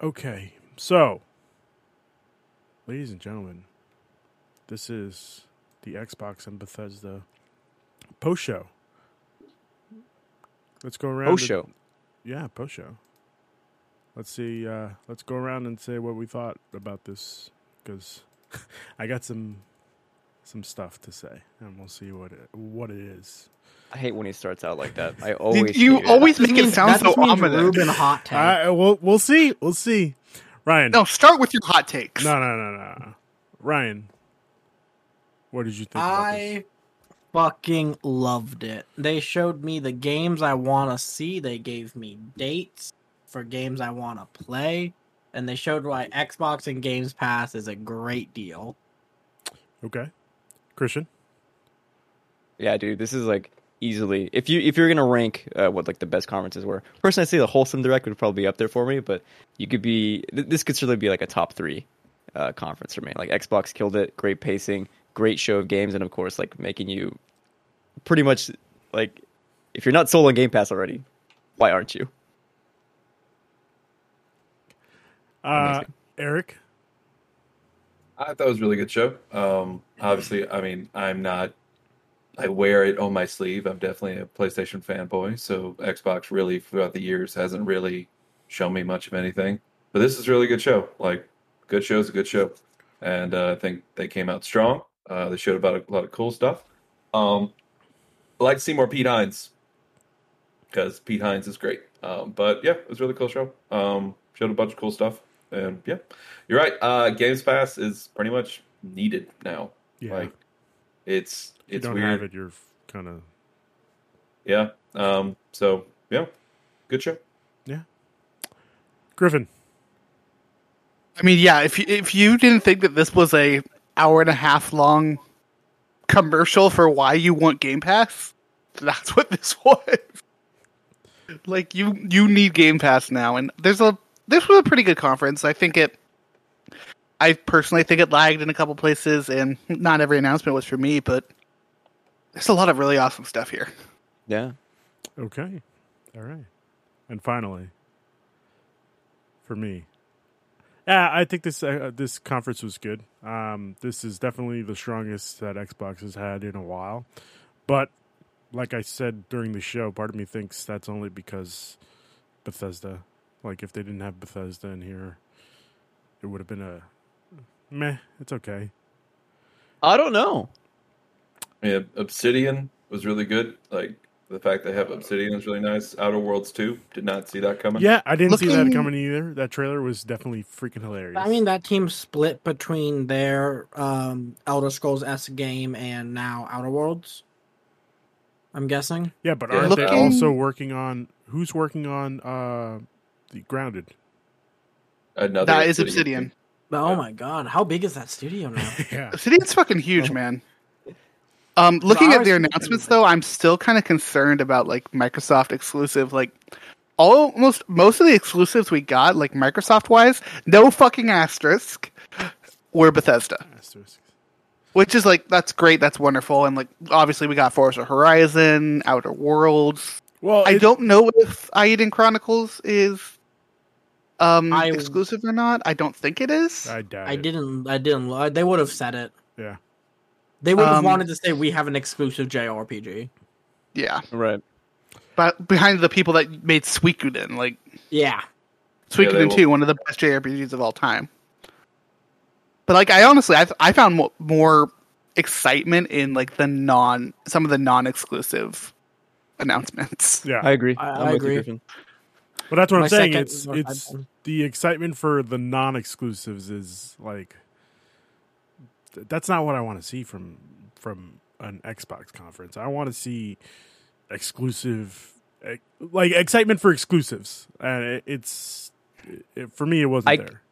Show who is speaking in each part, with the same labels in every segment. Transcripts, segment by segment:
Speaker 1: Okay, so, ladies and gentlemen, this is the Xbox and Bethesda post show. Let's go around.
Speaker 2: Oh,
Speaker 1: and-
Speaker 2: show.
Speaker 1: yeah, post show. Let's see. Uh, let's go around and say what we thought about this because I got some some stuff to say, and we'll see what it, what it is.
Speaker 2: I hate when he starts out like that. I always
Speaker 3: you
Speaker 2: hate it.
Speaker 3: always make it
Speaker 4: means-
Speaker 3: sound
Speaker 4: Mm, that
Speaker 3: so
Speaker 4: just means
Speaker 3: ominous.
Speaker 4: Ruben hot take.
Speaker 1: I, we'll we'll see. We'll see. Ryan.
Speaker 3: No, start with your hot takes.
Speaker 1: No, no, no, no. Ryan, what did you think? about this?
Speaker 4: I fucking loved it. They showed me the games I want to see. They gave me dates for games I want to play, and they showed why Xbox and Games Pass is a great deal.
Speaker 1: okay, Christian.
Speaker 2: Yeah, dude, this is like easily if you if you're gonna rank uh, what like the best conferences were. Personally, I'd say the Wholesome Direct would probably be up there for me, but you could be th- this could certainly be like a top three uh, conference for me. Like Xbox killed it, great pacing, great show of games, and of course, like making you pretty much like if you're not sold on Game Pass already, why aren't you?
Speaker 1: Uh, Eric.
Speaker 5: I thought it was a really good show. Um, obviously, I mean, I'm not. I wear it on my sleeve. I'm definitely a PlayStation fanboy. So Xbox really throughout the years hasn't
Speaker 1: Mm-hmm.
Speaker 5: really shown me much of anything. But this is a really good show. Like, good show's a good show, and uh, I think they came out strong. Uh, they showed about a lot of cool stuff. Um, I'd like to see more Pete Hines because Pete Hines is great. Um, but yeah, it was a really cool show. Um, showed a bunch of cool stuff, and yeah, you're right. Uh, Games Pass is pretty much needed now.
Speaker 1: Yeah,
Speaker 5: Like it's
Speaker 1: if you
Speaker 5: it's
Speaker 1: don't
Speaker 5: weird.
Speaker 1: have it. You're kind of
Speaker 5: Yeah. Um. So yeah, good show.
Speaker 1: Griffin.
Speaker 3: I mean, yeah. If you, if you didn't think that this was a hour and a half long commercial for why you want Game Pass, that's what this was. like you you need Game Pass now, and there's a this was a pretty good conference. I think it. I personally think it lagged in a couple places, and not every announcement was for me, but there's a lot of really awesome stuff here.
Speaker 2: Yeah,
Speaker 1: Okay, all right. And finally, for me, yeah, I think this uh, this conference was good. Um, this is definitely the strongest that Xbox has had in a while. But like I said during the show, part of me thinks that's only because Bethesda. Like if they didn't have Bethesda in here, it would have been a meh. It's okay.
Speaker 2: I don't know.
Speaker 5: Yeah, Obsidian was really good. Like the fact they have Obsidian is really nice. Outer Worlds two did not see that coming.
Speaker 1: Yeah, I didn't see that
Speaker 3: Looking-
Speaker 1: coming either. That trailer was definitely freaking hilarious.
Speaker 4: I mean, that team's split between their um, Elder Scrolls S game and now Outer Worlds. I'm guessing.
Speaker 1: Yeah, but
Speaker 5: Yeah.
Speaker 1: aren't they
Speaker 3: Looking-
Speaker 1: also working on who's working on uh the grounded?
Speaker 5: Another
Speaker 3: that is Obsidian.
Speaker 4: But oh my god, how big is that studio now?
Speaker 1: Yeah.
Speaker 3: Obsidian's fucking huge, man. Um, looking at
Speaker 4: ours
Speaker 3: their
Speaker 4: is-
Speaker 3: announcements, though, I'm still kind of concerned about like Microsoft exclusive. Like, almost most of the exclusives we got, like Microsoft wise, no fucking asterisk, were Bethesda,
Speaker 1: Asterisk.
Speaker 3: which is like that's great, that's wonderful, and like obviously we got Forza Horizon, Outer Worlds.
Speaker 1: Well,
Speaker 3: I
Speaker 1: it-
Speaker 3: don't know if Aiden Chronicles is um
Speaker 4: I-
Speaker 3: exclusive or not. I don't think it is.
Speaker 1: I doubt
Speaker 4: I
Speaker 1: it.
Speaker 4: didn't. I didn't. lo- They would have said it.
Speaker 1: Yeah.
Speaker 4: They would have
Speaker 3: Um,
Speaker 4: wanted to say we have an exclusive JRPG.
Speaker 3: yeah,
Speaker 2: Right.
Speaker 3: but behind the people that made Suikoden, like.
Speaker 4: Yeah.
Speaker 5: Yeah, they
Speaker 3: Suikoden
Speaker 5: will.
Speaker 3: 2, one of the best JRPGs of all time. But like I honestly I I found mo- more excitement in like the non some of the non-exclusive announcements.
Speaker 1: Yeah.
Speaker 2: I agree.
Speaker 4: I-
Speaker 2: I'm
Speaker 4: I
Speaker 2: with you,
Speaker 4: agree.
Speaker 2: Griffin.
Speaker 1: but that's what
Speaker 4: My
Speaker 1: I'm saying.
Speaker 4: second-
Speaker 1: It's
Speaker 4: my
Speaker 1: it's
Speaker 4: second.
Speaker 1: the excitement for the non-exclusives is like th- that's not what I want to see from from an Xbox conference. I want to see exclusive ex- like excitement for exclusives. And it, it's it, for me it wasn't
Speaker 2: I-
Speaker 1: there.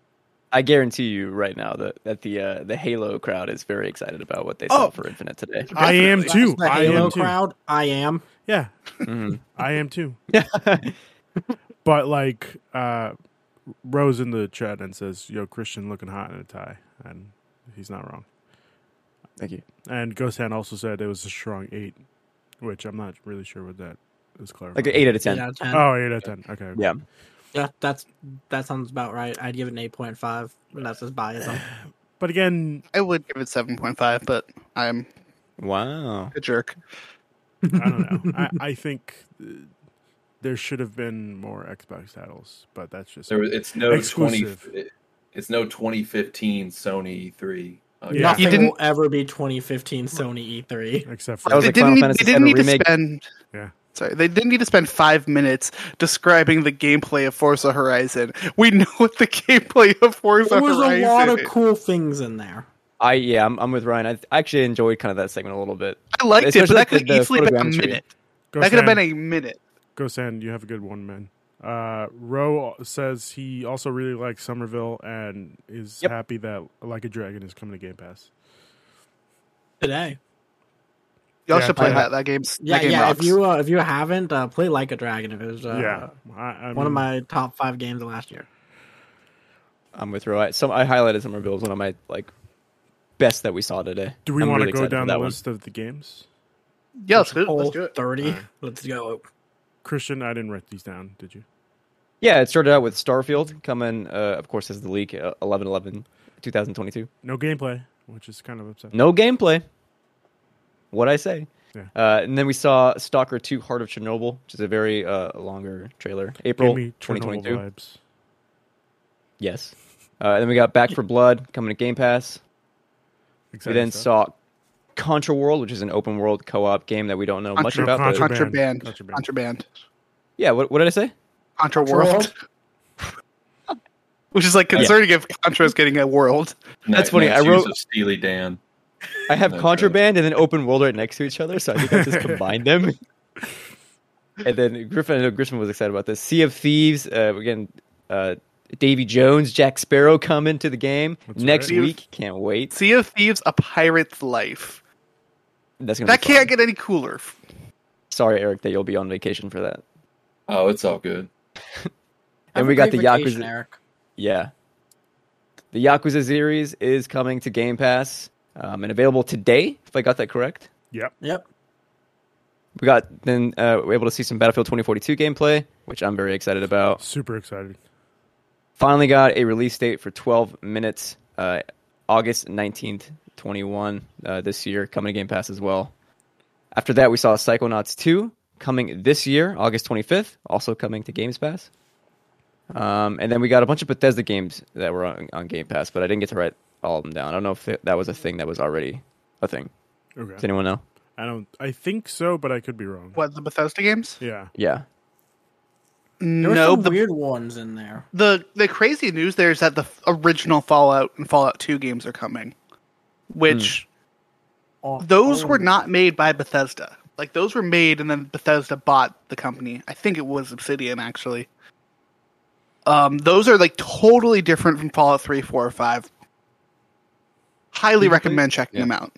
Speaker 2: I guarantee you right now that, that the uh, the Halo crowd is very excited about what they saw
Speaker 1: Oh.
Speaker 2: for Infinite today.
Speaker 1: I am too.
Speaker 4: The
Speaker 1: I
Speaker 4: Halo
Speaker 1: am too.
Speaker 4: crowd. I am.
Speaker 1: Yeah.
Speaker 2: Mhm.
Speaker 1: I am too. But like uh Rose in the chat and says, "Yo, Christian looking hot in a tie," and he's not wrong.
Speaker 2: Thank you.
Speaker 1: And Ghost Hand also said it was a strong eight, which I'm not really sure what that is clarifying.
Speaker 2: Like an eight out of ten.
Speaker 4: Eight out of ten.
Speaker 3: Uh,
Speaker 1: Oh, eight out of ten. Okay. okay.
Speaker 2: Yeah.
Speaker 4: Yeah, that's that sounds about right. I'd give it an eight point five, and that's as biased.
Speaker 1: But again,
Speaker 3: I would give it seven point five, but I'm
Speaker 2: Wow.
Speaker 3: a jerk.
Speaker 1: I don't know. I, I think uh, there should have been more Xbox titles, but that's just
Speaker 5: There, was- it's no
Speaker 1: Exclusive.
Speaker 5: twenty. It's no 2015 Sony E3. Uh,
Speaker 1: Yeah.
Speaker 4: Nothing
Speaker 3: You didn't-
Speaker 4: will ever be 2015 Sony E E3.
Speaker 1: except
Speaker 2: That
Speaker 1: for
Speaker 2: was
Speaker 3: They
Speaker 2: like Final
Speaker 3: didn't, need,
Speaker 2: Fantasy
Speaker 3: they didn't
Speaker 2: VII
Speaker 3: need to
Speaker 2: Remake.
Speaker 3: spend.
Speaker 1: Yeah.
Speaker 3: Sorry, they didn't need to spend five minutes describing the gameplay of Forza Horizon. We know what the gameplay of Forza
Speaker 4: There was
Speaker 3: Horizon
Speaker 4: a lot of
Speaker 3: is.
Speaker 4: cool things in there.
Speaker 2: I yeah, I'm, I'm with Ryan. I, th- I actually enjoyed kind of that segment a little bit.
Speaker 3: I liked it, but
Speaker 2: especially
Speaker 3: that
Speaker 2: the-
Speaker 3: could
Speaker 2: the
Speaker 3: easily been a
Speaker 2: photogrammetry.
Speaker 3: minute.
Speaker 1: Go
Speaker 3: that could have
Speaker 1: San.
Speaker 3: been a minute.
Speaker 1: Go San, you have a good one, man. Uh, Roe says he also really likes Somerville and is
Speaker 2: Yep.
Speaker 1: happy that Like a Dragon is coming to Game Pass.
Speaker 4: Today,
Speaker 3: Y'all
Speaker 1: Yeah,
Speaker 3: should play
Speaker 1: I-
Speaker 3: that. That game's
Speaker 4: yeah,
Speaker 3: that game
Speaker 4: yeah.
Speaker 3: rocks.
Speaker 4: If you uh, if you haven't uh, play Like a Dragon, it was uh,
Speaker 1: yeah, I, I
Speaker 4: one of
Speaker 1: mean,
Speaker 4: my top five games of last year.
Speaker 2: I'm with Roy. Some I highlighted some of Bill's one of my like best that we saw today.
Speaker 1: Do we
Speaker 2: I'm
Speaker 1: want
Speaker 2: really
Speaker 1: to go
Speaker 2: excited for
Speaker 1: down
Speaker 2: that
Speaker 1: the
Speaker 2: one.
Speaker 1: list of the games?
Speaker 3: yeah, let's do it.
Speaker 4: All
Speaker 3: Let's do it.
Speaker 4: thirty. Let's go.
Speaker 1: Christian, I didn't write these down. Did you?
Speaker 2: Yeah, it started out with Starfield coming, uh, of course, as the leak, uh, 11 11 2022.
Speaker 1: No gameplay, which is kind of upsetting.
Speaker 2: No gameplay. What I say.
Speaker 1: Yeah.
Speaker 2: Uh, and then we saw Stalker 2 Heart of Chernobyl, which is a very uh, longer trailer. April
Speaker 1: Give me Chernobyl
Speaker 2: 2022.
Speaker 1: vibes.
Speaker 2: Yes. Uh, and then we got Back for Blood coming to Game Pass. We
Speaker 1: Exciting
Speaker 2: then
Speaker 1: stuff.
Speaker 2: saw Contra World, which is an open world co op game that we don't know much
Speaker 3: Contra-
Speaker 2: about. but-
Speaker 1: Contra-
Speaker 3: Contraband.
Speaker 1: Contraband.
Speaker 3: Contraband. Contraband.
Speaker 2: yeah, what, what did I say?
Speaker 3: Contra
Speaker 4: Contra
Speaker 3: World. Which is like concerning if Contra is getting a world.
Speaker 2: That's funny, I
Speaker 5: Nice use
Speaker 2: wrote-
Speaker 5: of Steely Dan.
Speaker 2: I have
Speaker 5: No,
Speaker 2: contraband and then open world right next to each other, so I think I just combined them. and then Griffin, I know Griffin was excited about this. Sea of Thieves, uh, again, uh, Davy Jones, Jack Sparrow come into the game
Speaker 1: That's
Speaker 2: next
Speaker 1: right.
Speaker 2: week. Can't wait.
Speaker 3: Sea of Thieves, a pirate's life.
Speaker 2: That's gonna
Speaker 3: That
Speaker 2: be fun.
Speaker 3: can't get any cooler.
Speaker 2: Sorry, Eric, that you'll be on vacation for that.
Speaker 5: Oh, it's all good.
Speaker 2: And
Speaker 4: Have
Speaker 2: we
Speaker 4: a
Speaker 2: got
Speaker 4: great
Speaker 2: the
Speaker 4: vacation,
Speaker 2: Yakuza-
Speaker 4: Eric.
Speaker 2: Yeah. The Yakuza series is coming to Game Pass um, and available today, if I got that correct.
Speaker 1: Yep.
Speaker 4: Yep.
Speaker 2: We got then uh, we we're able to see some Battlefield 2042 gameplay, which I'm very excited about.
Speaker 1: Super excited.
Speaker 2: finally got a release date for 12 minutes uh, august 19th 21 uh, this year coming to game pass as well after that we saw psychonauts 2 coming this year august 25th also coming to games pass um, and then we got a bunch of bethesda games that were on, on game pass but i didn't get to write all of them down i don't know if th- that was a thing that was already a thing does
Speaker 1: Okay.
Speaker 2: anyone know
Speaker 1: I don't. I think so, but I could be wrong.
Speaker 3: What the Bethesda games?
Speaker 1: Yeah.
Speaker 2: yeah
Speaker 4: There were
Speaker 3: No,
Speaker 4: some
Speaker 3: the,
Speaker 4: weird ones in there.
Speaker 3: the the crazy news there is that the f- original Fallout and Fallout Two games are coming, which
Speaker 4: Oh,
Speaker 2: Hmm.
Speaker 3: those
Speaker 4: oh.
Speaker 3: were not made by Bethesda. Like those were made, and then Bethesda bought the company. I think it was Obsidian actually. Um, those are like totally different from Fallout Three, Four, or Five. Highly recommend checking them out.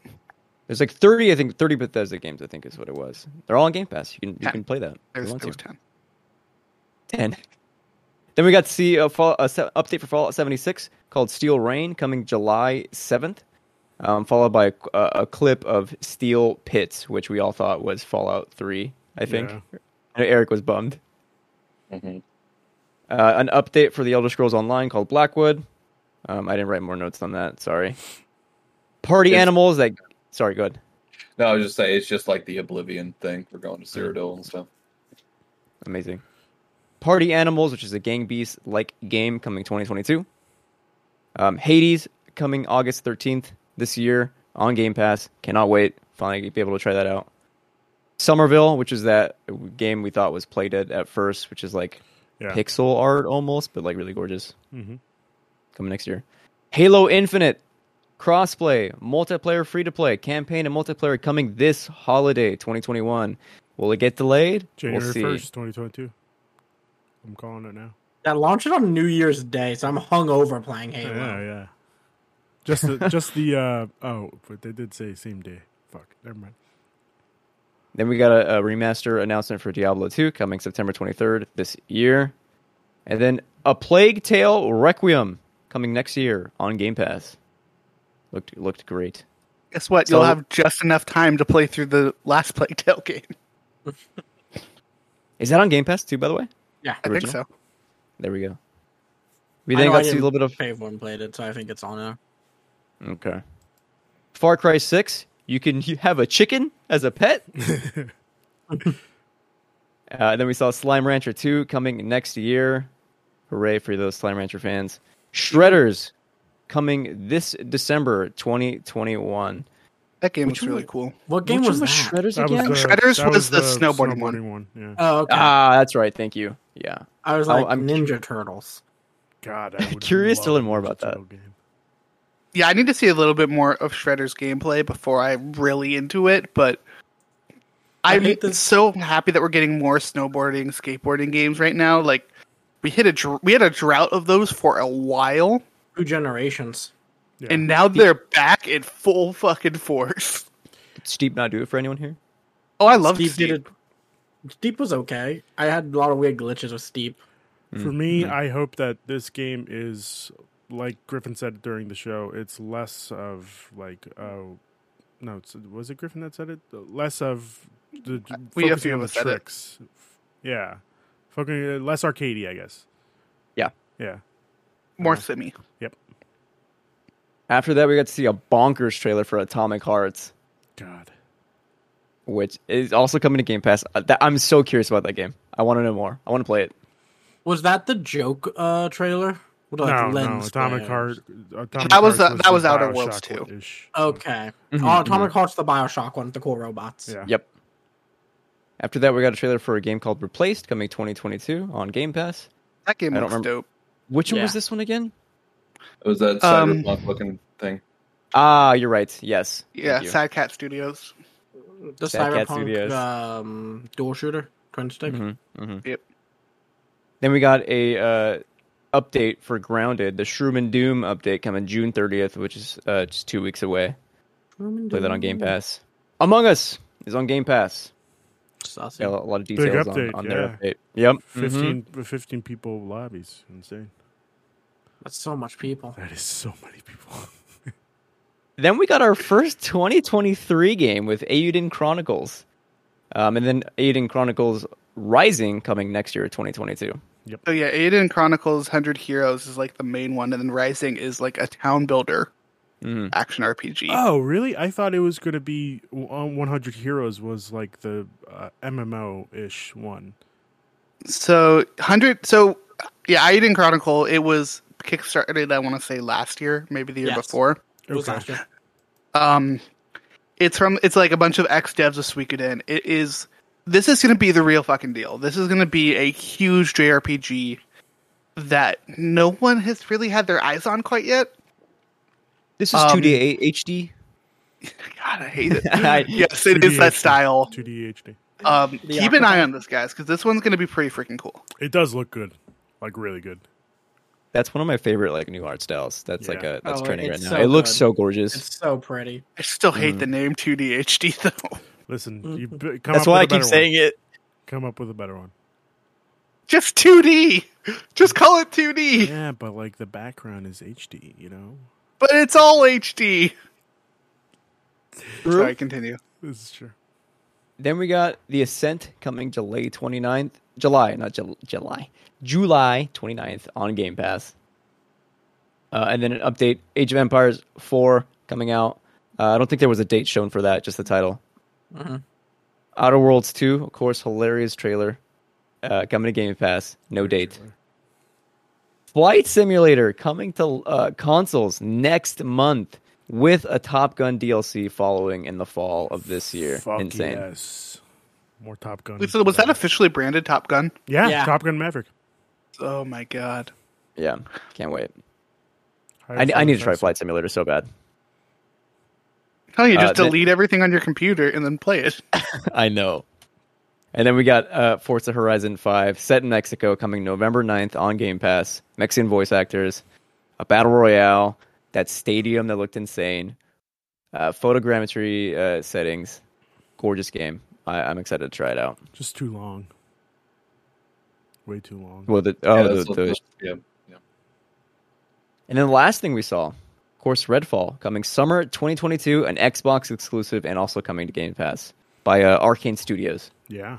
Speaker 2: there's like 30 i think 30 bethesda games i think is what it was they're all on game pass you can, you
Speaker 3: Yeah.
Speaker 2: can play that if you
Speaker 3: There's,
Speaker 2: want
Speaker 3: there
Speaker 2: to.
Speaker 3: was ten.
Speaker 2: 10. Then we got to see a, fall, a se- update for Fallout 76 called Steel Rain coming July 7th, um, followed by a, a, a clip of Steel Pits, which we all thought was Fallout 3, I think.
Speaker 1: Yeah.
Speaker 2: I know Eric was bummed. Uh, an update for The Elder Scrolls Online called Blackwood. Um, I didn't write more notes on that, sorry. Party
Speaker 5: It's-
Speaker 2: Animals, that. Sorry, go ahead.
Speaker 5: No, I was just saying it's just like the Oblivion thing. We're going to Cyrodiil and stuff.
Speaker 2: Amazing. Party Animals, which is a Gang Beast like game coming 2022. Um, Hades coming August 13th this year on Game Pass. Cannot wait. Finally be able to try that out. Somerville, which is that game we thought was play dead at first, which is like
Speaker 1: Yeah.
Speaker 2: pixel art almost, but like really gorgeous.
Speaker 1: Mhm.
Speaker 2: Coming next year. Halo Infinite, crossplay, multiplayer, free to play, campaign and multiplayer coming this holiday 2021. Will it get delayed?
Speaker 1: January
Speaker 2: we'll see.
Speaker 1: first, twenty twenty two. I'm calling it now.
Speaker 4: that launched it on New Year's Day, so I'm hungover playing Halo.
Speaker 1: Oh, Yeah, yeah. Just the just the uh oh, but they did say same day. Fuck, never mind.
Speaker 2: Then we got a, a remaster announcement for Diablo 2 coming September 23rd this year. And then a Plague Tale Requiem coming next year on Game Pass. Looked looked great.
Speaker 3: Guess what?
Speaker 2: So-
Speaker 3: You'll have just enough time to play through the last Plague Tale game.
Speaker 2: Is that on Game Pass too, by the way?
Speaker 4: Yeah.
Speaker 3: I think
Speaker 2: Original?
Speaker 3: so.
Speaker 2: There we go. We
Speaker 4: I
Speaker 2: then
Speaker 4: know
Speaker 2: got
Speaker 4: I
Speaker 2: to see a
Speaker 4: didn't
Speaker 2: little bit of
Speaker 4: Pay one played it, so I think it's on there.
Speaker 2: okay. Far Cry Six. You can you have a chicken as a pet. Uh, then we saw Slime Rancher 2 coming next year. Hooray for those Slime Rancher fans. Shredders coming this December 2021.
Speaker 3: That game
Speaker 2: Which
Speaker 3: was really
Speaker 2: one-
Speaker 3: cool.
Speaker 4: What game
Speaker 2: Which
Speaker 4: was,
Speaker 2: one
Speaker 4: that?
Speaker 2: Shredders
Speaker 1: That
Speaker 2: again?
Speaker 1: was, uh,
Speaker 3: Shredders
Speaker 1: that
Speaker 3: was the snowboarding one.
Speaker 1: snowboarding one. Yeah.
Speaker 4: Oh, okay.
Speaker 2: ah, that's right. Thank you. Yeah.
Speaker 4: I was
Speaker 2: I-
Speaker 4: like
Speaker 2: I'm
Speaker 4: Ninja Turtles.
Speaker 1: God, I would
Speaker 2: Curious to
Speaker 1: love
Speaker 2: learn more
Speaker 1: a
Speaker 2: about that.
Speaker 1: digital Game.
Speaker 3: Yeah, I need to see a little bit more of Shredder's gameplay before I'm really into it, but
Speaker 4: I
Speaker 3: I'm
Speaker 4: hate this-
Speaker 3: so happy that we're getting more snowboarding, skateboarding games right now. Like we hit a dr- we had a drought of those for a while,
Speaker 4: Two generations.
Speaker 1: Yeah.
Speaker 3: and now they're back in full fucking force.
Speaker 2: Did Steep not do it for anyone here?
Speaker 3: Oh, I love
Speaker 4: Steep
Speaker 3: Steep.
Speaker 4: did it. Steep was okay. I had a lot of weird glitches with Steep.
Speaker 2: Mm.
Speaker 1: For me, I hope that this game is like Griffin said during the show. It's less of like oh, no, it's, was it Griffin that said it? Uh, Less of the
Speaker 3: Uh, We- a
Speaker 1: focusing
Speaker 3: few
Speaker 1: on
Speaker 3: of
Speaker 1: the
Speaker 3: us said it.
Speaker 1: tricks. Yeah, focusing uh, less arcadey, I guess.
Speaker 2: Yeah.
Speaker 1: yeah.
Speaker 3: more simmy.
Speaker 2: After that, we got to see a bonkers trailer for Atomic Hearts,
Speaker 1: God,
Speaker 2: which is also coming to Game Pass. Uh, that- I'm so curious about that game. I want to know more. I want to play it.
Speaker 4: Was that the joke uh trailer? What like
Speaker 1: no, no,
Speaker 4: lens
Speaker 1: Atomic
Speaker 4: flares?
Speaker 1: Heart. Atomic
Speaker 3: That was
Speaker 1: Hearts
Speaker 3: the- that
Speaker 1: the
Speaker 3: was Outer Worlds
Speaker 1: BioShock
Speaker 3: too.
Speaker 1: one-ish.
Speaker 4: Okay.
Speaker 2: Mhm,
Speaker 4: oh, Atomic Heart's the Bioshock one, with the cool robots.
Speaker 1: Yeah.
Speaker 2: Yep. After that, we got a trailer for a game called Replaced coming 2022 on Game Pass.
Speaker 3: That game
Speaker 2: I don't
Speaker 3: looks
Speaker 2: remember-
Speaker 3: dope.
Speaker 2: Which one
Speaker 4: Yeah.
Speaker 2: was this one again?
Speaker 5: was that
Speaker 3: Um,
Speaker 5: cyberpunk looking thing.
Speaker 2: Ah, you're right. Yes. Thank
Speaker 3: Yeah,
Speaker 2: you.
Speaker 3: Sad Cat Studios.
Speaker 4: The
Speaker 2: Bad Cat
Speaker 4: Cyberpunk
Speaker 2: Studios.
Speaker 4: um, dual shooter, twin stick.
Speaker 2: Mhm, mhm.
Speaker 3: Yep.
Speaker 2: Then we got a uh, update for Grounded, the Shroom and Doom update coming June 30th, which is uh, just two weeks away. Play that on Game Pass. Among Us is on Game Pass.
Speaker 4: Saucy.
Speaker 2: Got a lot of details on,
Speaker 1: update,
Speaker 2: on their
Speaker 1: yeah.
Speaker 2: update. Yep. mhm.
Speaker 1: 15, 15 people lobbies. Insane.
Speaker 4: That's so much people.
Speaker 1: That is so many people.
Speaker 2: Then we got our first 2023 game with Auden Chronicles, um, and then Auden Chronicles Rising coming next year, 2022.
Speaker 3: So Oh, yeah, Aiden Chronicles Hundred Heroes is like the main one, and then Rising is like a town builder
Speaker 2: Mhm.
Speaker 3: action RPG.
Speaker 1: Oh, really? I thought it was going to be uh, 100 Heroes was like the uh, MMO ish one.
Speaker 3: So hundred. So yeah, Aiden Chronicle. It was kickstarted. I want to say last year, maybe the year
Speaker 4: Yes.
Speaker 3: before.
Speaker 4: It was last year.
Speaker 3: Um, it's from. It's like a bunch of ex devs of Suikoden. It is. This is going to be the real fucking deal. This is going to be a huge JRPG that no one has really had their eyes on quite yet.
Speaker 2: This is
Speaker 3: Um,
Speaker 2: 2D A- HD.
Speaker 3: God, I hate it.
Speaker 2: I-
Speaker 3: yes, it is that style.
Speaker 1: 2D HD.
Speaker 3: Um,
Speaker 4: The
Speaker 3: keep an eye on this, guys, because this one's going to be pretty freaking cool.
Speaker 1: It does look good. Like, really good.
Speaker 2: That's one of my favorite like new art styles. That's like
Speaker 1: Yeah.
Speaker 2: a that's
Speaker 4: Oh,
Speaker 2: trending right
Speaker 4: it's
Speaker 2: now.
Speaker 4: so
Speaker 2: it looks
Speaker 4: good.
Speaker 2: so gorgeous.
Speaker 4: It's so pretty.
Speaker 3: I still hate the name 2D HD though.
Speaker 1: Listen, you b- come
Speaker 2: Mm-hmm. that's
Speaker 1: up with
Speaker 2: why
Speaker 1: a
Speaker 2: I keep
Speaker 1: better
Speaker 2: saying
Speaker 1: one.
Speaker 2: it.
Speaker 1: Come up with a better one.
Speaker 3: Just 2D. Just call it 2D.
Speaker 1: Yeah, but like the background is HD, you know?
Speaker 3: But it's all HD. Sorry, continue.
Speaker 1: This is true.
Speaker 2: Then we got the Ascent coming July 29th. July, not Jul July. July 29th on Game Pass. Uh, and then an update Age of Empires 4 coming out. Uh, I don't think there was a date shown for that, just the title.
Speaker 4: Mhm.
Speaker 2: Outer Worlds 2, of course, hilarious trailer. Uh, coming to Game Pass, no date. Flight Simulator coming to uh, consoles next month with a Top Gun DLC following in the fall of this year.
Speaker 1: Fuck
Speaker 2: Insane.
Speaker 1: yes. More Top Gun.
Speaker 3: So was that officially branded Top Gun?
Speaker 1: yeah,
Speaker 4: Yeah.
Speaker 1: Top Gun Maverick.
Speaker 3: Oh my god.
Speaker 2: Yeah, can't wait.
Speaker 1: Higher
Speaker 2: I, I need to try
Speaker 1: performance.
Speaker 2: Flight Simulator so bad.
Speaker 3: Oh, you
Speaker 2: Uh,
Speaker 3: just
Speaker 2: the-
Speaker 3: delete everything on your computer and then play it.
Speaker 2: I know. And then we got uh, Forza Horizon 5 set in Mexico coming November 9th on Game Pass. Mexican voice actors, a battle royale, that stadium that looked insane, uh, photogrammetry uh, settings. Gorgeous game. I, I'm excited to try it out.
Speaker 1: Just too long. Way too long.
Speaker 2: Well, the,
Speaker 5: Yeah,
Speaker 2: oh,
Speaker 5: that's
Speaker 2: the,
Speaker 5: what-
Speaker 2: the,
Speaker 5: yeah.
Speaker 2: and then the last thing we saw, of course, Redfall coming summer 2022, an Xbox exclusive and also coming to Game Pass by uh, Arcane Studios.
Speaker 1: Yeah.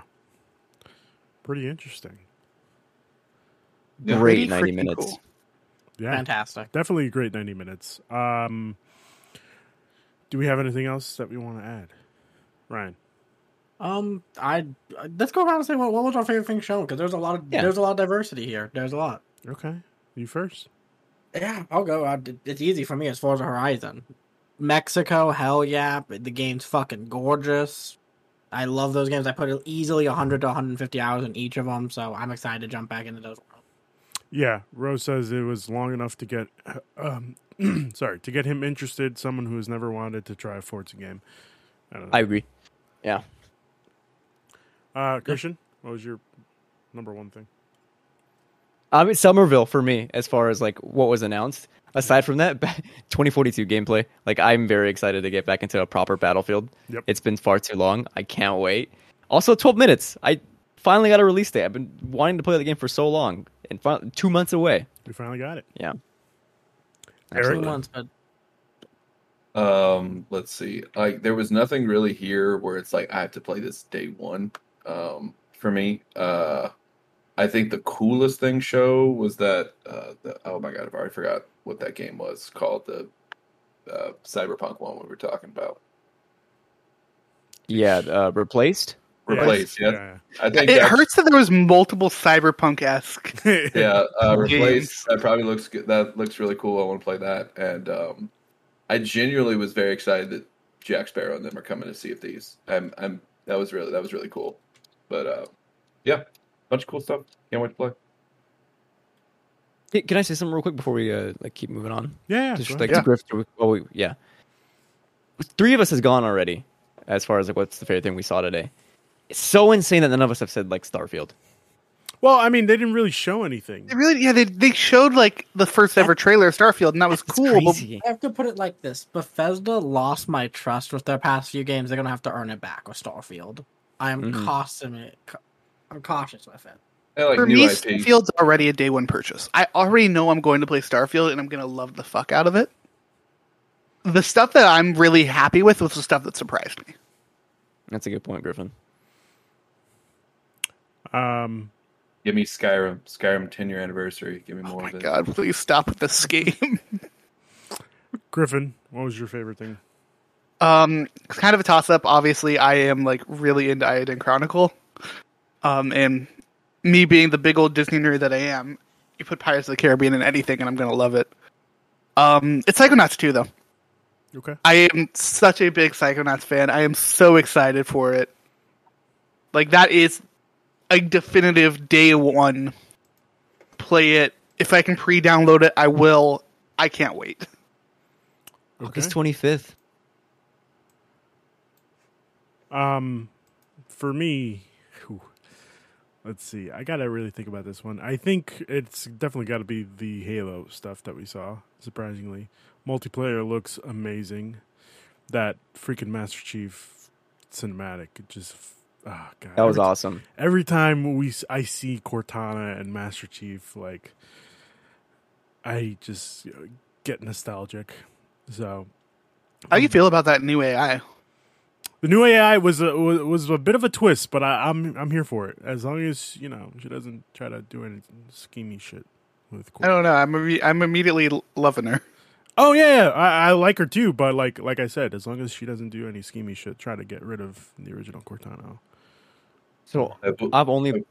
Speaker 1: Pretty interesting.
Speaker 5: Yeah.
Speaker 2: Great 90
Speaker 3: Pretty freaking
Speaker 2: minutes.
Speaker 3: cool.
Speaker 1: Yeah,
Speaker 4: Fantastic.
Speaker 1: definitely a great 90 minutes. Um, do we have anything else that we want to add? Ryan,
Speaker 4: Um, I let's go around and say what, what was our favorite thing shown because there's a lot of
Speaker 2: Yeah.
Speaker 4: there's a lot of diversity here. There's a lot.
Speaker 1: okay. You first?
Speaker 4: Yeah, I'll go. I, it's easy for me as far as the horizon. Mexico, hell yeah, but the game's fucking gorgeous. I love those games. I put easily 100 to 150 hours in each of them, so I'm excited to jump back into those.
Speaker 1: Yeah, Rose says it was long enough to get, um, sorry, to get him interested. Someone who has never wanted to try a Forza game. I don't know.
Speaker 2: I agree.
Speaker 1: uh, Christian, what was your number one thing?
Speaker 2: I mean, Somerville for me, as far as like what was announced. Aside from that, 2042 gameplay. Like, I'm very excited to get back into a proper battlefield.
Speaker 1: Yep.
Speaker 2: It's been far too long. I can't wait. Also, 12 minutes. I finally got a release date. I've been wanting to play the game for so long, and fin- two months away.
Speaker 1: We finally got it.
Speaker 2: Yeah.
Speaker 1: Eric?
Speaker 4: Two
Speaker 1: Absolutely.
Speaker 4: months, but
Speaker 5: Um, let's see. Like there was nothing really here where it's like I have to play this day one. Um, for me, uh, I think the coolest thing show was that. Uh, the, oh my god, I've already forgot what that game was called. The uh, cyberpunk one we were talking about.
Speaker 2: Yeah. Uh, replaced.
Speaker 5: Replace, yeah. I think
Speaker 3: It
Speaker 5: that's-
Speaker 3: hurts that there was multiple cyberpunk esque.
Speaker 1: yeah.
Speaker 5: yeah, uh,
Speaker 3: Games.
Speaker 5: replace. That probably looks good. That looks really cool. I want to play that. And um, I genuinely was very excited that Jack Sparrow and them are coming to see if these. I'm, I'm. That was really. That was really cool. But uh, yeah, bunch of cool stuff. Can't wait to play.
Speaker 2: Hey, Can I say something real quick before we uh, like keep moving on?
Speaker 1: yeah.
Speaker 2: just
Speaker 1: go
Speaker 2: like
Speaker 1: ahead.
Speaker 2: to grift. through- Oh, we- yeah. Three of us has gone already. As far as like what's the favorite thing we saw today? It's so insane that none of us have said like Starfield.
Speaker 1: Well, I mean, they didn't really show anything.
Speaker 3: They really, yeah, they, they showed like the first ever trailer of Starfield, and that was cool. But
Speaker 2: crazy.
Speaker 4: I have to put it like this: Bethesda lost my trust with their past few games. They're gonna have to earn it back with Starfield. I am
Speaker 2: Mhm.
Speaker 4: caution it. I'm cautious with it.
Speaker 5: I like
Speaker 3: for
Speaker 5: new
Speaker 3: me,
Speaker 5: IP.
Speaker 3: Starfield's already a day one purchase. I already know I'm going to play Starfield, and I'm going to love the fuck out of it. The stuff that I'm really happy with was the stuff that surprised me.
Speaker 2: That's a good point, Griffin.
Speaker 1: Um,
Speaker 5: Give me Skyrim. Skyrim 10 year anniversary. Give me
Speaker 3: Oh
Speaker 5: more
Speaker 3: my
Speaker 5: of it.
Speaker 3: god, please stop with this game.
Speaker 1: Griffin, what was your favorite thing?
Speaker 3: Um, it's kind of a toss up. Obviously, I am like really into Iodine Chronicle. Um, and me being the big old Disney nerd that I am, you put Pirates of the Caribbean in anything, and I'm gonna love it. Um, it's Psychonauts 2, though.
Speaker 1: Okay.
Speaker 3: I am such a big Psychonauts fan. I am so excited for it. Like that is a definitive day one. Play it. If I can pre-download it, I will. I can't wait.
Speaker 1: Okay.
Speaker 2: August twenty fifth.
Speaker 1: Um, for me, whew, let's see. I gotta really think about this one. I think it's definitely got to be the Halo stuff that we saw. Surprisingly, multiplayer looks amazing. That freaking Master Chief cinematic it just. Oh, God.
Speaker 2: That was
Speaker 1: Every-
Speaker 2: awesome.
Speaker 1: every time we s- I see Cortana and Master Chief, like I just you know, get nostalgic. So
Speaker 3: How do you feel about that new AI?
Speaker 1: the new AI was a was, was a bit of a twist, but I, I'm I'm here for it as long as you know she doesn't try to do any schemey shit with.
Speaker 3: I
Speaker 5: Oh.
Speaker 1: Cort-
Speaker 3: don't know. I'm imme- I'm immediately l- loving her.
Speaker 1: oh yeah, yeah, I, I like her too, but like like I said, as long as she doesn't do any schemey shit, try to get rid of the original Cortana.
Speaker 2: So
Speaker 5: Uh, but-
Speaker 2: I've only.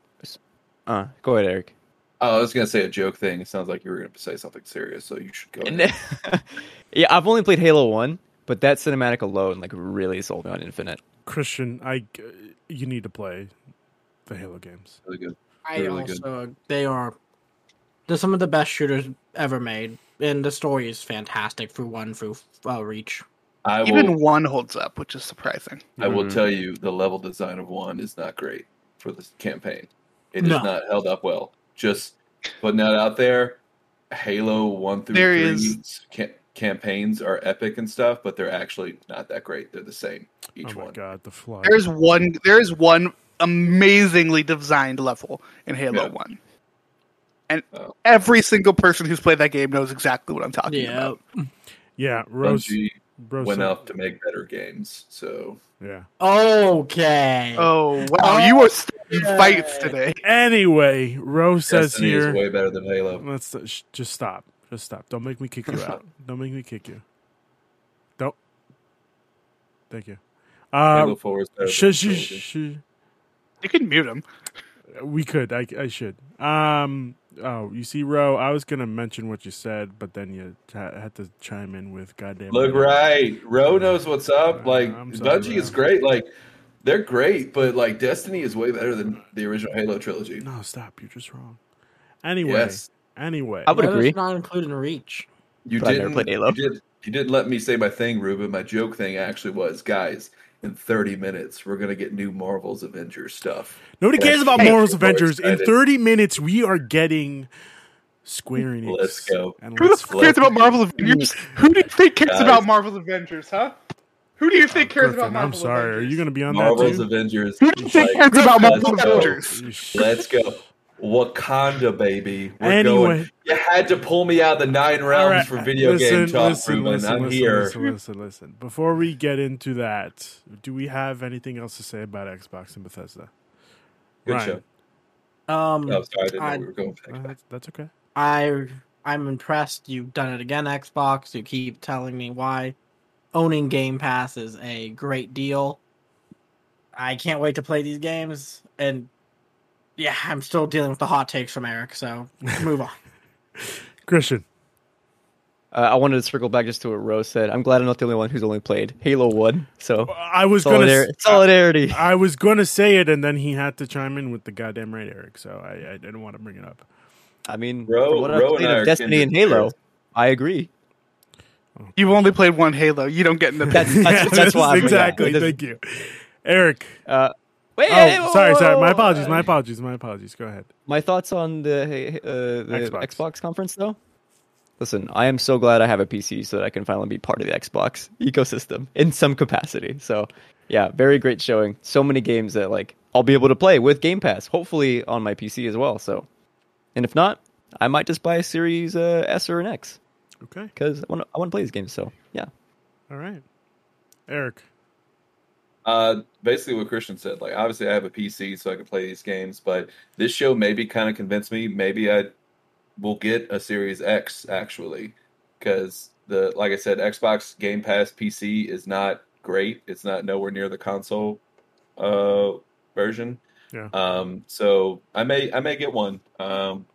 Speaker 2: Uh, go ahead, Eric.
Speaker 5: Oh, I was gonna say a joke thing. It sounds like you were gonna say something serious, so you should go. ahead.
Speaker 2: yeah, I've only played Halo one, but that cinematic alone like really sold me on Infinite.
Speaker 1: Christian, I you need to play the Halo games.
Speaker 5: Really good.
Speaker 4: I
Speaker 5: They're really good.
Speaker 4: also they are they're some of the best shooters ever made, and the story is fantastic through one through uh, Reach.
Speaker 5: I will.
Speaker 3: Even one holds up, which is surprising.
Speaker 5: I will
Speaker 2: Mhm.
Speaker 5: tell
Speaker 1: Mm.
Speaker 5: you, the level design of one is not great for this campaign. It is
Speaker 4: No.
Speaker 5: not held up well. Just putting that out there. Halo one through
Speaker 3: There
Speaker 5: three
Speaker 3: is-
Speaker 5: ca- campaigns are epic and stuff, but they're actually not that great. They're the same each
Speaker 1: oh
Speaker 5: one.
Speaker 1: my god, the fly.
Speaker 3: There's one. There is one amazingly designed level in Halo
Speaker 5: Yeah.
Speaker 3: One, and
Speaker 5: Oh.
Speaker 3: every single person who's played that game knows exactly what I'm talking
Speaker 4: Yeah,
Speaker 3: about.
Speaker 1: Yeah, Rose.
Speaker 5: Bungie
Speaker 1: Rose
Speaker 5: went
Speaker 1: said-
Speaker 5: out to make better games, so
Speaker 1: Yeah.
Speaker 4: okay.
Speaker 2: Oh,
Speaker 3: Oh wow, you are still fights today.
Speaker 1: Anyway, Roe says
Speaker 5: Destiny is
Speaker 1: here. uh,
Speaker 5: way better than Halo.
Speaker 1: Let's sh- just stop. Just stop. Don't make me kick you out. Don't make me kick you. Don't. Thank you.
Speaker 5: Halo
Speaker 1: Uh,
Speaker 5: Four is better.
Speaker 1: sh-
Speaker 5: than
Speaker 1: sh-
Speaker 5: Call of Duty.
Speaker 1: sh-
Speaker 3: You can mute him.
Speaker 1: we could. I, I should. Um. Oh, you see, Ro. I was gonna mention what you said, but then you t- had to chime in with goddamn.
Speaker 5: Look right, Ro knows what's up.
Speaker 1: Yeah,
Speaker 5: Like
Speaker 1: I'm sorry,
Speaker 5: Bungie
Speaker 1: Ro.
Speaker 5: is great. Like they're great, but like Destiny is way better than the original Halo trilogy.
Speaker 1: No, stop. You're just wrong. Anyway.
Speaker 5: Yes,
Speaker 1: Anyway.
Speaker 2: I would
Speaker 4: Why does
Speaker 2: agree.
Speaker 4: it Not including Reach.
Speaker 5: you
Speaker 2: But I never
Speaker 5: didn't.
Speaker 2: played Halo.
Speaker 5: You, did, you didn't let me say my thing, Ruben. My joke thing actually was, guys. In 30 minutes, we're gonna get new Marvel's Avengers stuff.
Speaker 1: Nobody cares about
Speaker 5: Hey,
Speaker 1: Marvel's
Speaker 5: we're
Speaker 1: Avengers. In
Speaker 5: excited.
Speaker 1: 30 minutes, we are getting Square Enix.
Speaker 5: Let's go.
Speaker 1: And
Speaker 3: Who the
Speaker 1: let's
Speaker 3: fuck cares about Marvel Avengers? Who do you think cares
Speaker 5: Guys.
Speaker 3: about Marvel Avengers, huh? Who do you think cares about
Speaker 1: Griffin,
Speaker 3: Marvel
Speaker 1: I'm sorry. Are
Speaker 3: Avengers?
Speaker 1: you going to be on
Speaker 5: Marvel's
Speaker 1: that
Speaker 5: Avengers.
Speaker 3: Who do you think
Speaker 5: like,
Speaker 3: cares about
Speaker 5: let's
Speaker 3: Marvel
Speaker 5: go.
Speaker 3: Avengers?
Speaker 1: too? You sh-
Speaker 5: Let's go. Wakanda, baby. We're
Speaker 1: Anyway.
Speaker 5: going. You had to pull me out of the nine
Speaker 1: All
Speaker 5: realms
Speaker 1: right,
Speaker 5: for video game talk, Ruben. I'm
Speaker 1: listen,
Speaker 5: here.
Speaker 1: Listen, listen, listen. Before we get into that, do we have anything else to say about Xbox and Bethesda?
Speaker 5: Good
Speaker 1: Ryan.
Speaker 5: show.
Speaker 4: Um,
Speaker 5: Oh, sorry, I didn't know
Speaker 4: I-
Speaker 5: we were going back.
Speaker 1: Uh, that's, that's okay.
Speaker 4: I I'm impressed. You've done it again, Xbox. You keep telling me why owning Game Pass is a great deal. I can't wait to play these games, and yeah, I'm still dealing with the hot takes from Eric. So move on.
Speaker 1: Christian.
Speaker 2: Uh, I wanted to circle back just to what Rose said. I'm glad I'm not the only one who's only played Halo One. So
Speaker 1: I was going
Speaker 2: solidar-
Speaker 1: to
Speaker 2: solidarity.
Speaker 1: I was going to say it, and then he had to chime in with the goddamn right, Eric. So I, I didn't want to bring it up.
Speaker 2: I mean,
Speaker 5: Ro-
Speaker 2: from what I've
Speaker 5: Ro and
Speaker 2: played
Speaker 5: I
Speaker 2: of
Speaker 5: are
Speaker 2: Destiny and
Speaker 5: kindred
Speaker 2: Halo,
Speaker 5: spirits.
Speaker 2: I agree.
Speaker 3: You've only played one Halo. You don't get in the
Speaker 2: That's-
Speaker 3: picture.
Speaker 2: that's why I'm-
Speaker 1: exactly.
Speaker 2: yeah.
Speaker 1: Thank you, Eric.
Speaker 2: Uh, wait,
Speaker 1: Oh,
Speaker 2: whoa,
Speaker 1: sorry,
Speaker 2: whoa,
Speaker 1: sorry. My
Speaker 2: whoa.
Speaker 1: apologies. My apologies. My apologies. Go ahead.
Speaker 2: my thoughts on the, uh, the
Speaker 1: Xbox.
Speaker 2: Xbox. conference, though. Listen, I am so glad I have a PC so that I can finally be part of the Xbox ecosystem in some capacity. So, yeah, very great showing. So many games that like I'll be able to play with Game Pass, hopefully on my PC as well. So, and if not, I might just buy a Series uh, S or an X
Speaker 1: Okay.
Speaker 2: because I want to I want to play these games. So, yeah,
Speaker 1: All right. Eric.
Speaker 5: Uh, basically, what Christian said. Like, obviously, I have a PC, so I can play these games. But this show maybe kind of convinced me. Maybe I will get a Series X actually, because the like I said, Xbox Game Pass PC is not great. It's not nowhere near the console uh, version.
Speaker 1: Yeah.
Speaker 5: Um. So I may I may get one. Um.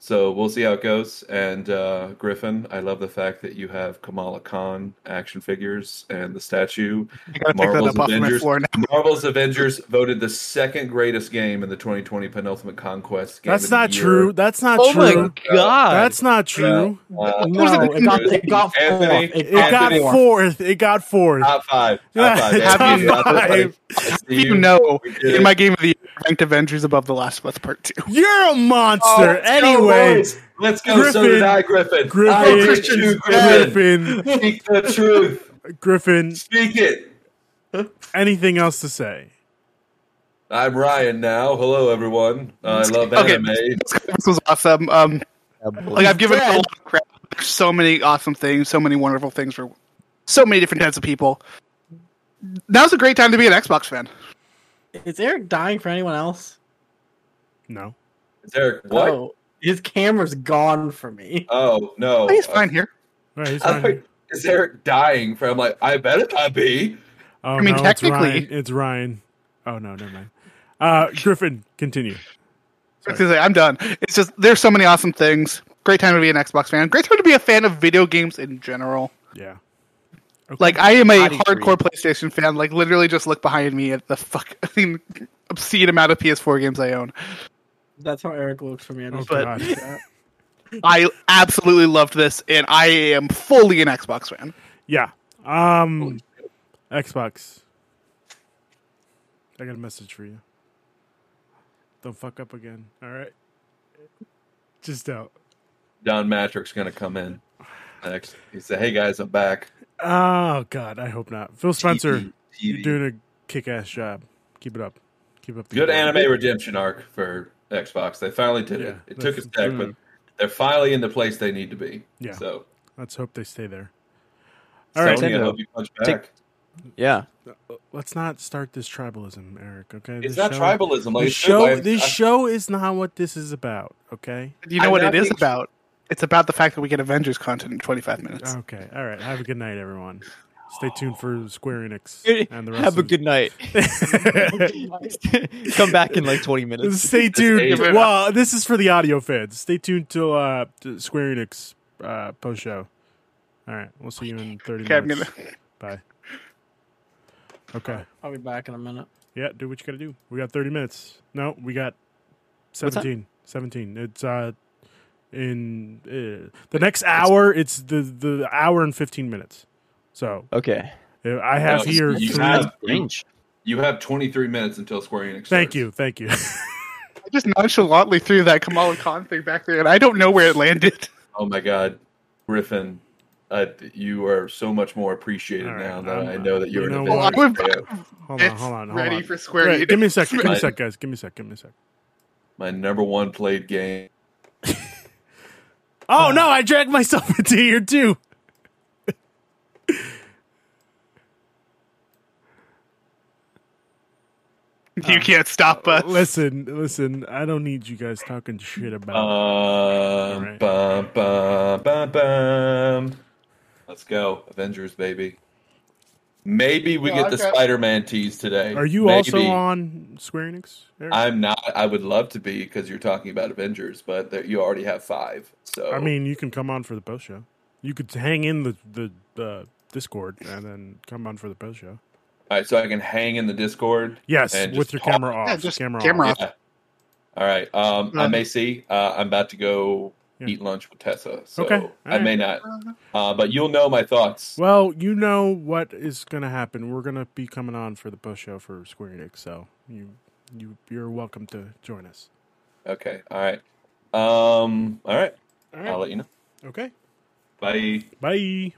Speaker 5: So we'll see how it goes. And uh, Griffin, I love the fact that you have Kamala Khan action figures and the statue.
Speaker 3: I gotta pick that
Speaker 5: Marvel's
Speaker 3: up off my
Speaker 5: Avengers.
Speaker 3: floor now.
Speaker 5: Marvel's Avengers voted the second greatest game in the 2020 penultimate conquest game.
Speaker 1: That's
Speaker 5: of the
Speaker 1: not
Speaker 5: year.
Speaker 1: true. That's not
Speaker 2: Oh my
Speaker 1: true.
Speaker 2: God.
Speaker 1: That's not true.
Speaker 5: Uh,
Speaker 4: No, it got it got fourth.
Speaker 5: Anthony,
Speaker 4: It
Speaker 1: It got
Speaker 4: got
Speaker 5: Anthony.
Speaker 4: fourth.
Speaker 1: fourth. It got fourth.
Speaker 5: top five.
Speaker 1: Yeah,
Speaker 5: Top five.
Speaker 1: top
Speaker 5: Anthony, I
Speaker 1: five.
Speaker 5: think- I see
Speaker 3: You know,
Speaker 5: We did
Speaker 3: in
Speaker 5: it.
Speaker 3: my game of the year, I ranked Avengers above The Last of Us Part 2.
Speaker 1: You're a
Speaker 5: Oh,
Speaker 1: monster.
Speaker 5: let's go,
Speaker 1: anyway,
Speaker 5: boys. let's go. so
Speaker 1: Griffin-
Speaker 5: did I, Griffin. I
Speaker 1: Griffin,
Speaker 5: did too, Griffin.
Speaker 1: Griffin,
Speaker 5: Speak the truth.
Speaker 1: Griffin.
Speaker 5: Speak it.
Speaker 1: Anything else to say?
Speaker 5: I'm Ryan now. Hello, everyone. I love
Speaker 3: Okay.
Speaker 5: anime.
Speaker 3: This was awesome. Um,
Speaker 2: Oh,
Speaker 3: like I've given it a lot of crap. There's so many awesome things, so many wonderful things for so many different types of people. Now's a great time to be an Xbox fan.
Speaker 4: Is Eric dying for anyone else?
Speaker 1: No.
Speaker 5: It's Eric. What? Oh,
Speaker 4: Oh, his camera's gone for me.
Speaker 5: no.
Speaker 3: He's fine here.
Speaker 1: All right, he's fine.
Speaker 5: I'm like, is Eric dying from? Like, I bet it not be.
Speaker 1: Oh,
Speaker 3: I mean,
Speaker 1: no,
Speaker 3: technically-
Speaker 1: it's Ryan. It's Ryan. Oh no, never mind. Uh, Griffin, continue.
Speaker 3: I was gonna say, I'm done. It's just there's so many awesome things. Great time to be an Xbox fan. Great time to be a fan of video games in general.
Speaker 1: Yeah.
Speaker 3: Like I am a
Speaker 2: I'd agree.
Speaker 3: hardcore PlayStation fan. Like literally, just look behind me at the fucking obscene amount of PS4 games I own.
Speaker 4: That's how Eric looks for me. I
Speaker 1: Oh
Speaker 4: just-
Speaker 1: god.
Speaker 3: I absolutely loved this, and I am fully an Xbox fan.
Speaker 1: Yeah. Um, Xbox. I got a message for you. Don't fuck up again. All right. Just don't.
Speaker 5: Don Matrick's going to come in next. He said, "Hey guys, I'm back."
Speaker 1: Oh God, I hope not. Phil Spencer,
Speaker 5: TV.
Speaker 1: you're doing a kick-ass job. Keep it up. Keep up. The
Speaker 5: good anime redemption arc for Xbox. They finally did it.
Speaker 1: Yeah,
Speaker 5: It
Speaker 1: that's-
Speaker 5: took a sec, but they're finally in the place they need to be.
Speaker 1: Yeah.
Speaker 5: So
Speaker 1: Let's hope they stay there.
Speaker 5: All
Speaker 1: All right.
Speaker 5: right, Sony, I
Speaker 2: Nintendo.
Speaker 5: hope you punch
Speaker 2: Take-
Speaker 5: back.
Speaker 2: Yeah.
Speaker 1: Let's not start this tribalism, Eric. Okay, This
Speaker 5: It's not
Speaker 1: show-
Speaker 5: tribalism. Like
Speaker 1: This
Speaker 5: I said,
Speaker 1: show,
Speaker 5: I've-
Speaker 1: this
Speaker 5: I've-
Speaker 1: show is not what this is about. Okay.
Speaker 3: You know
Speaker 5: I'm
Speaker 3: what
Speaker 5: not
Speaker 3: it is
Speaker 5: being-
Speaker 3: about? It's about the fact that we get Avengers content in 25 minutes.
Speaker 1: Okay. All right. Have a good night, everyone. Stay tuned for Square Enix and the rest.
Speaker 2: Have a
Speaker 1: of
Speaker 2: good night. Come back in like 20 minutes.
Speaker 1: Stay tuned.
Speaker 5: Just
Speaker 3: eight.
Speaker 1: Well, this is for the audio fans. Stay tuned till uh, to Square Enix uh, post show. All right. We'll see you in thirty
Speaker 3: Okay, I'm
Speaker 1: minutes.
Speaker 3: gonna-
Speaker 1: Bye. Okay.
Speaker 4: I'll be back in a minute.
Speaker 1: Yeah, do what you gotta do. We got 30 minutes. No, we got
Speaker 2: What
Speaker 1: 17.
Speaker 2: time?
Speaker 1: 17. It's uh in uh, the next hour. It's the the hour and 15 minutes. So
Speaker 2: Okay.
Speaker 1: uh, I have
Speaker 5: No,
Speaker 1: here.
Speaker 5: you
Speaker 1: three-
Speaker 5: have-
Speaker 2: Range.
Speaker 5: You have 23 minutes until Square Enix.
Speaker 1: Thank
Speaker 5: starts.
Speaker 1: you, thank you.
Speaker 3: I just nonchalantly threw that Kamala Khan thing back there, and I don't know where it landed.
Speaker 5: Oh my God, Griffin, uh, you are so much more appreciated
Speaker 1: All right,
Speaker 5: now that
Speaker 1: I'm-
Speaker 5: i know that you're
Speaker 1: you
Speaker 5: an
Speaker 1: know
Speaker 5: Avengers
Speaker 3: what?
Speaker 5: fan.
Speaker 1: Hold on, hold on, hold
Speaker 3: ready
Speaker 1: on.
Speaker 3: for Square
Speaker 1: Wait,
Speaker 3: Enix.
Speaker 1: give me a sec. Give me a
Speaker 5: Right.
Speaker 1: sec, guys. Give me a sec. Give me a sec.
Speaker 5: My number one played game.
Speaker 1: Oh no, I dragged myself into here too.
Speaker 3: You can't stop us.
Speaker 1: Listen, listen. I don't need you guys talking shit
Speaker 5: Uh,
Speaker 1: about.
Speaker 5: Um,
Speaker 1: right.
Speaker 5: bum, bum, bum, bum. Let's go, Avengers, baby. Maybe we
Speaker 3: No,
Speaker 5: get
Speaker 3: I've
Speaker 5: the
Speaker 3: got-
Speaker 5: Spider-Man tease today.
Speaker 1: Are you
Speaker 5: Maybe.
Speaker 1: also on Square Enix? Eric?
Speaker 5: I'm not. I would love to be because you're talking about Avengers, but there, you already have five. So
Speaker 1: I mean, you can come on for the post show. You could hang in the the uh, Discord and then come on for the post show.
Speaker 5: all right. So I can hang in the Discord.
Speaker 1: Yes,
Speaker 5: And
Speaker 1: with
Speaker 5: just
Speaker 1: your
Speaker 5: talk.
Speaker 1: camera off.
Speaker 3: Yeah, just
Speaker 1: camera,
Speaker 3: camera
Speaker 1: off.
Speaker 3: off.
Speaker 5: Yeah. All right. Um, I
Speaker 3: Um,
Speaker 5: may see. Uh, I'm about to go
Speaker 1: Uh-huh. Yeah.
Speaker 5: eat lunch with Tessa, so
Speaker 1: Okay, all
Speaker 5: I may not.
Speaker 3: Uh-huh.
Speaker 5: Uh, but you'll know my thoughts.
Speaker 1: Well, you know what is going to happen. We're going to be coming on for the post show for Square Enix, so you you you're welcome to join us.
Speaker 5: Okay. All right. Um, all right.
Speaker 1: All
Speaker 5: I'll
Speaker 1: right.
Speaker 5: let you know.
Speaker 1: Okay.
Speaker 5: Bye.
Speaker 1: Bye.